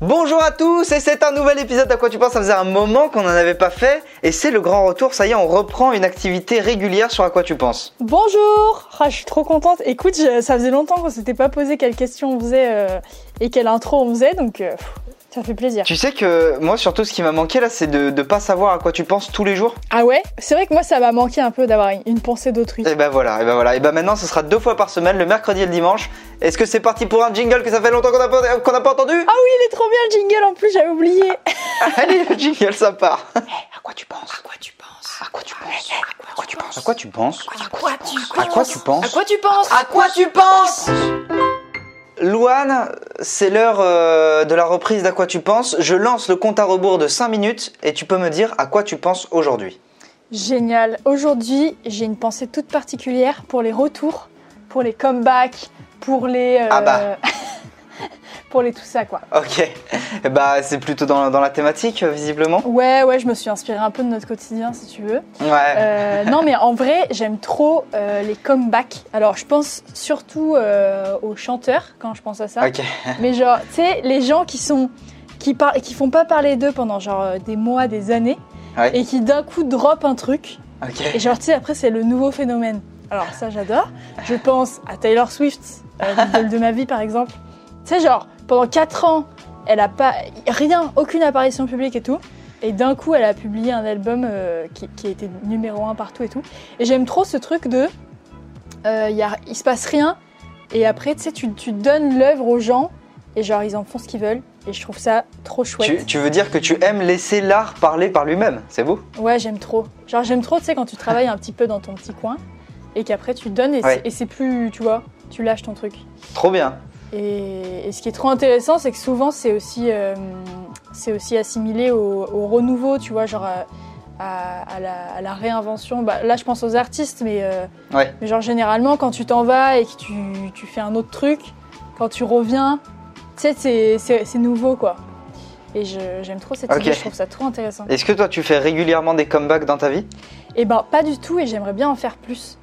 Bonjour à tous et c'est un nouvel épisode à quoi tu penses Ça faisait un moment qu'on n'en avait pas fait et c'est le grand retour, ça y est on reprend une activité régulière sur à quoi tu penses. Bonjour Ah, Je suis trop contente. Écoute, je- ça faisait longtemps qu'on s'était pas posé quelle question on faisait euh, et quelle intro on faisait, donc euh, pff, ça fait plaisir. Tu sais que moi surtout ce qui m'a manqué là c'est de ne pas savoir à quoi tu penses tous les jours. Ah ouais C'est vrai que moi, ça m'a manqué un peu d'avoir une- une pensée d'autrui. Et ben voilà, et ben voilà, et ben maintenant ce sera deux fois par semaine, le mercredi et le dimanche. Est-ce que c'est parti pour un jingle que ça fait longtemps qu'on n'a pas, qu'on n'a pas entendu Il est trop bien le jingle en plus, j'avais oublié. Allez le jingle ça part Eh, À quoi tu penses À quoi tu penses Eh, À quoi tu penses À quoi tu penses À quoi tu penses À quoi tu penses À quoi tu À penses quoi tu penses À quoi tu penses Louane, c'est l'heure euh, de la reprise d'À quoi tu penses. Je lance le compte à rebours de 5 minutes et tu peux me dire à quoi tu penses aujourd'hui. Génial. Aujourd'hui, j'ai une pensée toute particulière pour les retours, pour les comebacks, pour les... euh, Ah bah. pour les tout ça, quoi. Ok, Eh bah c'est plutôt dans, dans la thématique euh, visiblement. Ouais, ouais, je me suis inspirée un peu de notre quotidien, si tu veux. Ouais. Euh, non, mais en vrai, j'aime trop euh, les comebacks. Alors, je pense surtout euh, aux chanteurs quand je pense à ça. Ok. Mais genre, tu sais, les gens qui sont qui par- qui font pas parler d'eux pendant genre euh, des mois, des années, Ouais. et qui d'un coup drop un truc. Et Ok. genre, tu sais, après, c'est le nouveau phénomène. Alors, ça, j'adore. Je pense à Taylor Swift, euh, l'idole de ma vie, par exemple. Tu sais, genre, pendant 4 ans, elle a pas rien, aucune apparition publique et tout. Et d'un coup, elle a publié un album euh, qui, qui a été numéro 1 partout et tout. Et j'aime trop ce truc de. euh, y a, il se passe rien. Et après, tu sais, tu tu donnes l'œuvre aux gens. Et genre, ils en font ce qu'ils veulent. Et je trouve ça trop chouette. Tu, tu veux dire que tu aimes laisser l'art parler par lui-même, c'est beau Ouais, j'aime trop. Genre, j'aime trop, tu sais, quand tu travailles un petit peu dans ton petit coin et qu'après tu donnes et c'est- Ouais. et c'est plus, tu vois, tu lâches ton truc. Trop bien. Et, et ce qui est trop intéressant, c'est que souvent c'est aussi, euh, c'est aussi assimilé au, au renouveau, tu vois, genre à, à- à la, à la réinvention. Bah, là, je pense aux artistes, mais, euh, Ouais. mais genre généralement, quand tu t'en vas et que tu, tu fais un autre truc, quand tu reviens, tu sais, c'est- c'est c'est nouveau quoi. Et je- j'aime trop cette Ok. idée, je trouve ça trop intéressant. Est-ce que toi tu fais régulièrement des comebacks dans ta vie Eh ben pas du tout et j'aimerais bien en faire plus.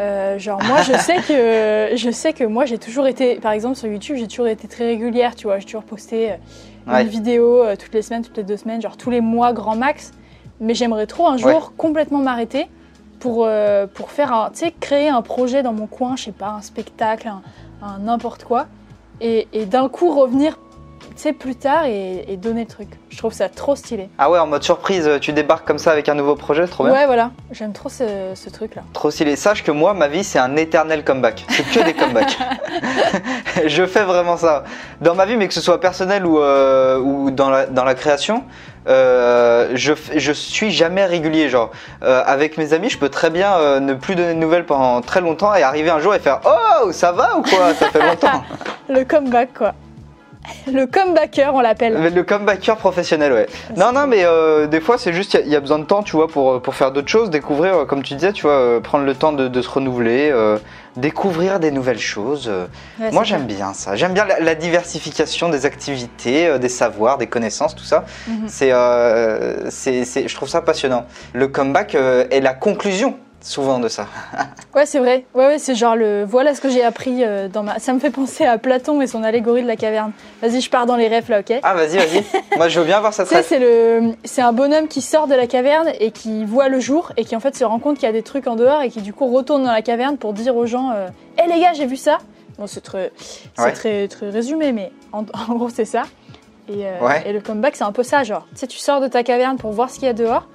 Euh, genre moi je sais que je sais que moi j'ai toujours été par exemple sur YouTube j'ai toujours été très régulière tu vois j'ai toujours posté euh, une Ouais. vidéo euh, toutes les semaines toutes les deux semaines genre tous les mois grand max mais j'aimerais trop un jour Ouais. complètement m'arrêter pour euh, pour faire un tu sais créer un projet dans mon coin je sais pas un spectacle un un n'importe quoi et, et d'un coup revenir tu sais plus tard et, et donner le truc je trouve ça trop stylé Ah ouais, en mode surprise, tu débarques comme ça avec un nouveau projet, trop bien. ouais voilà j'aime trop ce, ce truc là Trop stylé. Sache que moi, ma vie, c'est un éternel comeback. C'est que des comebacks. je fais vraiment ça. Dans ma vie, mais que ce soit personnel ou, euh, ou dans, la, dans la création, euh, je, f- je suis jamais régulier. Genre, euh, avec mes amis, je peux très bien euh, ne plus donner de nouvelles pendant très longtemps et arriver un jour et faire Oh, ça va ou quoi Ça fait longtemps. Le comeback, quoi. Le comebacker, on l'appelle. Mais le comebacker professionnel, ouais. Ah, Non, non, mais euh, des fois, c'est juste, il y a- il y, a besoin de temps, tu vois, pour, euh, pour faire d'autres choses, découvrir, euh, comme tu disais, tu vois, euh, prendre le temps de, de se renouveler, euh, découvrir des nouvelles choses. euh. Ouais, Moi, Ah, c'est j'aime bien ça. J'aime bien la, la diversification des activités, euh, des savoirs, des connaissances, tout ça. clair. Mhm. C'est, euh, c'est, c'est- je trouve ça passionnant. Le comeback euh, est la conclusion, souvent, de ça. Ouais, c'est vrai. Ouais, ouais, c'est genre le voilà ce que j'ai appris euh, dans ma. Ça me fait penser à Platon et son allégorie de la caverne. Vas-y, je pars dans les rêves là, ok Ah, vas-y, vas-y. Moi, je veux bien voir ça Tu sais, très c'est le, c'est un bonhomme qui sort de la caverne et qui voit le jour et qui en fait se rend compte qu'il y a des trucs en dehors et qui du coup retourne dans la caverne pour dire aux gens, euh, hé les gars, j'ai vu ça. Bon, c'est très, c'est Ouais. très, très résumé, mais en, en gros c'est ça. Et, euh, Ouais. et le comeback, c'est un peu ça, genre, tu sais, tu sors de ta caverne pour voir ce qu'il y a dehors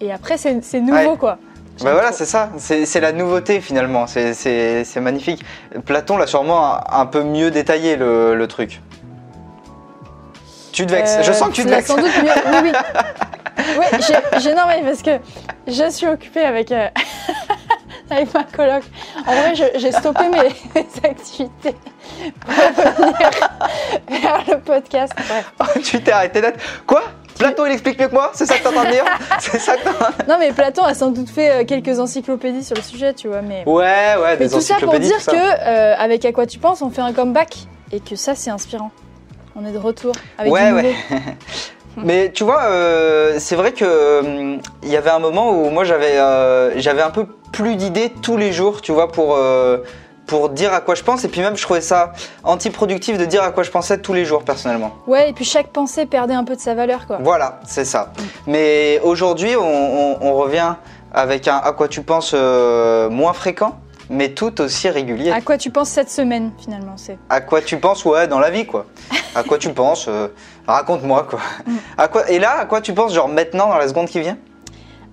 et après c'est, c'est nouveau Ouais. quoi. Bah J'aime voilà, trop. c'est ça, c'est c'est la nouveauté finalement, c'est- c'est c'est magnifique. Platon l'a sûrement un, un peu mieux détaillé le, le truc. Tu te vexes, je Euh, sens que tu te l'as vexes. sans doute mieux. Oui, oui. Oui, j'ai- j'ai- non, mais parce que je suis occupée avec, euh, avec ma coloc. En vrai, je- j'ai stoppé mes, mes activités pour venir vers le podcast. Bref. tu t'es arrêté net. Quoi Platon il explique mieux que moi C'est ça que t'entends dire C'est ça que t'entends Non, mais Platon a sans doute fait euh, quelques encyclopédies sur le sujet, tu vois. Mais, Ouais, ouais, mais des tout ça pour encyclopédies. dire tout ça. que euh, avec À quoi tu penses, on fait un comeback et que ça, c'est inspirant. On est de retour avec Ouais, du nouveau. ouais. Mais tu vois, euh, c'est vrai que hum, il y avait un moment où moi j'avais euh, j'avais un peu plus d'idées tous les jours, tu vois, pour euh, pour dire à quoi je pense. Et puis même, je trouvais ça anti-productif de dire à quoi je pensais tous les jours, personnellement. Ouais, et puis chaque pensée perdait un peu de sa valeur, quoi. Voilà, c'est ça. Mais aujourd'hui, on, on- on revient avec un à quoi tu penses euh, moins fréquent, mais tout aussi régulier. À quoi tu penses cette semaine, finalement c'est À quoi tu penses, ouais, dans la vie, quoi. À quoi tu penses, euh, raconte-moi, quoi. À quoi, et là, à quoi tu penses, genre maintenant, dans la seconde qui vient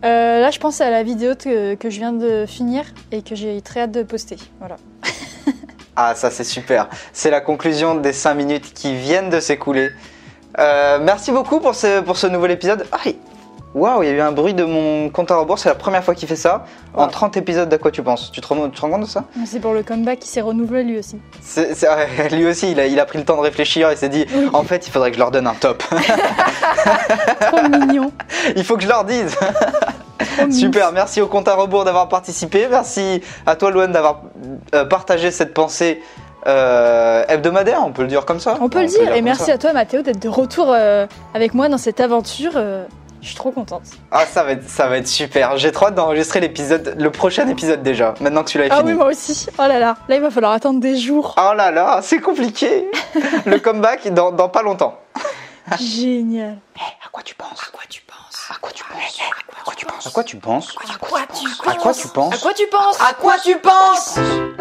Euh, Là, je pense à la vidéo que, que je viens de finir et que j'ai très hâte de poster. Voilà. Ah, ça, c'est super. C'est la conclusion des 5 minutes qui viennent de s'écouler. Euh, merci beaucoup pour ce, pour ce nouvel épisode. Aïe Waouh, il y a eu un bruit de mon compte à rebours, c'est la première fois qu'il fait ça. En Waouh. 30 épisodes d'à quoi tu penses tu te rem- tu te rends compte de ça Mais C'est pour le comeback qui s'est renouvelé lui aussi. C'est- c'est- ouais, lui aussi, il a, il a pris le temps de réfléchir et s'est dit en fait, il faudrait que je leur donne un top. Trop mignon. il faut que je leur dise. Trop mignon. Super, merci au compte à rebours d'avoir participé. Merci à toi, Loane, d'avoir euh, partagé cette pensée euh, hebdomadaire, on peut le dire comme ça. On peut le dire. et comme merci ça. à toi, Mathéo, d'être de retour euh, avec moi dans cette aventure. euh, je suis trop contente. Ah, ça va être, ça va être super. J'ai trop hâte d'enregistrer l'épisode, le prochain épisode déjà, maintenant que celui-là est Ah fini. oui, moi aussi. Oh là là. Là, il va falloir attendre des jours. Oh là là, c'est compliqué. le comeback dans, dans pas longtemps. Génial. À quoi tu penses À quoi tu penses À quoi tu penses À quoi tu penses À quoi tu penses À quoi tu penses À quoi tu penses À quoi tu penses quoi tu penses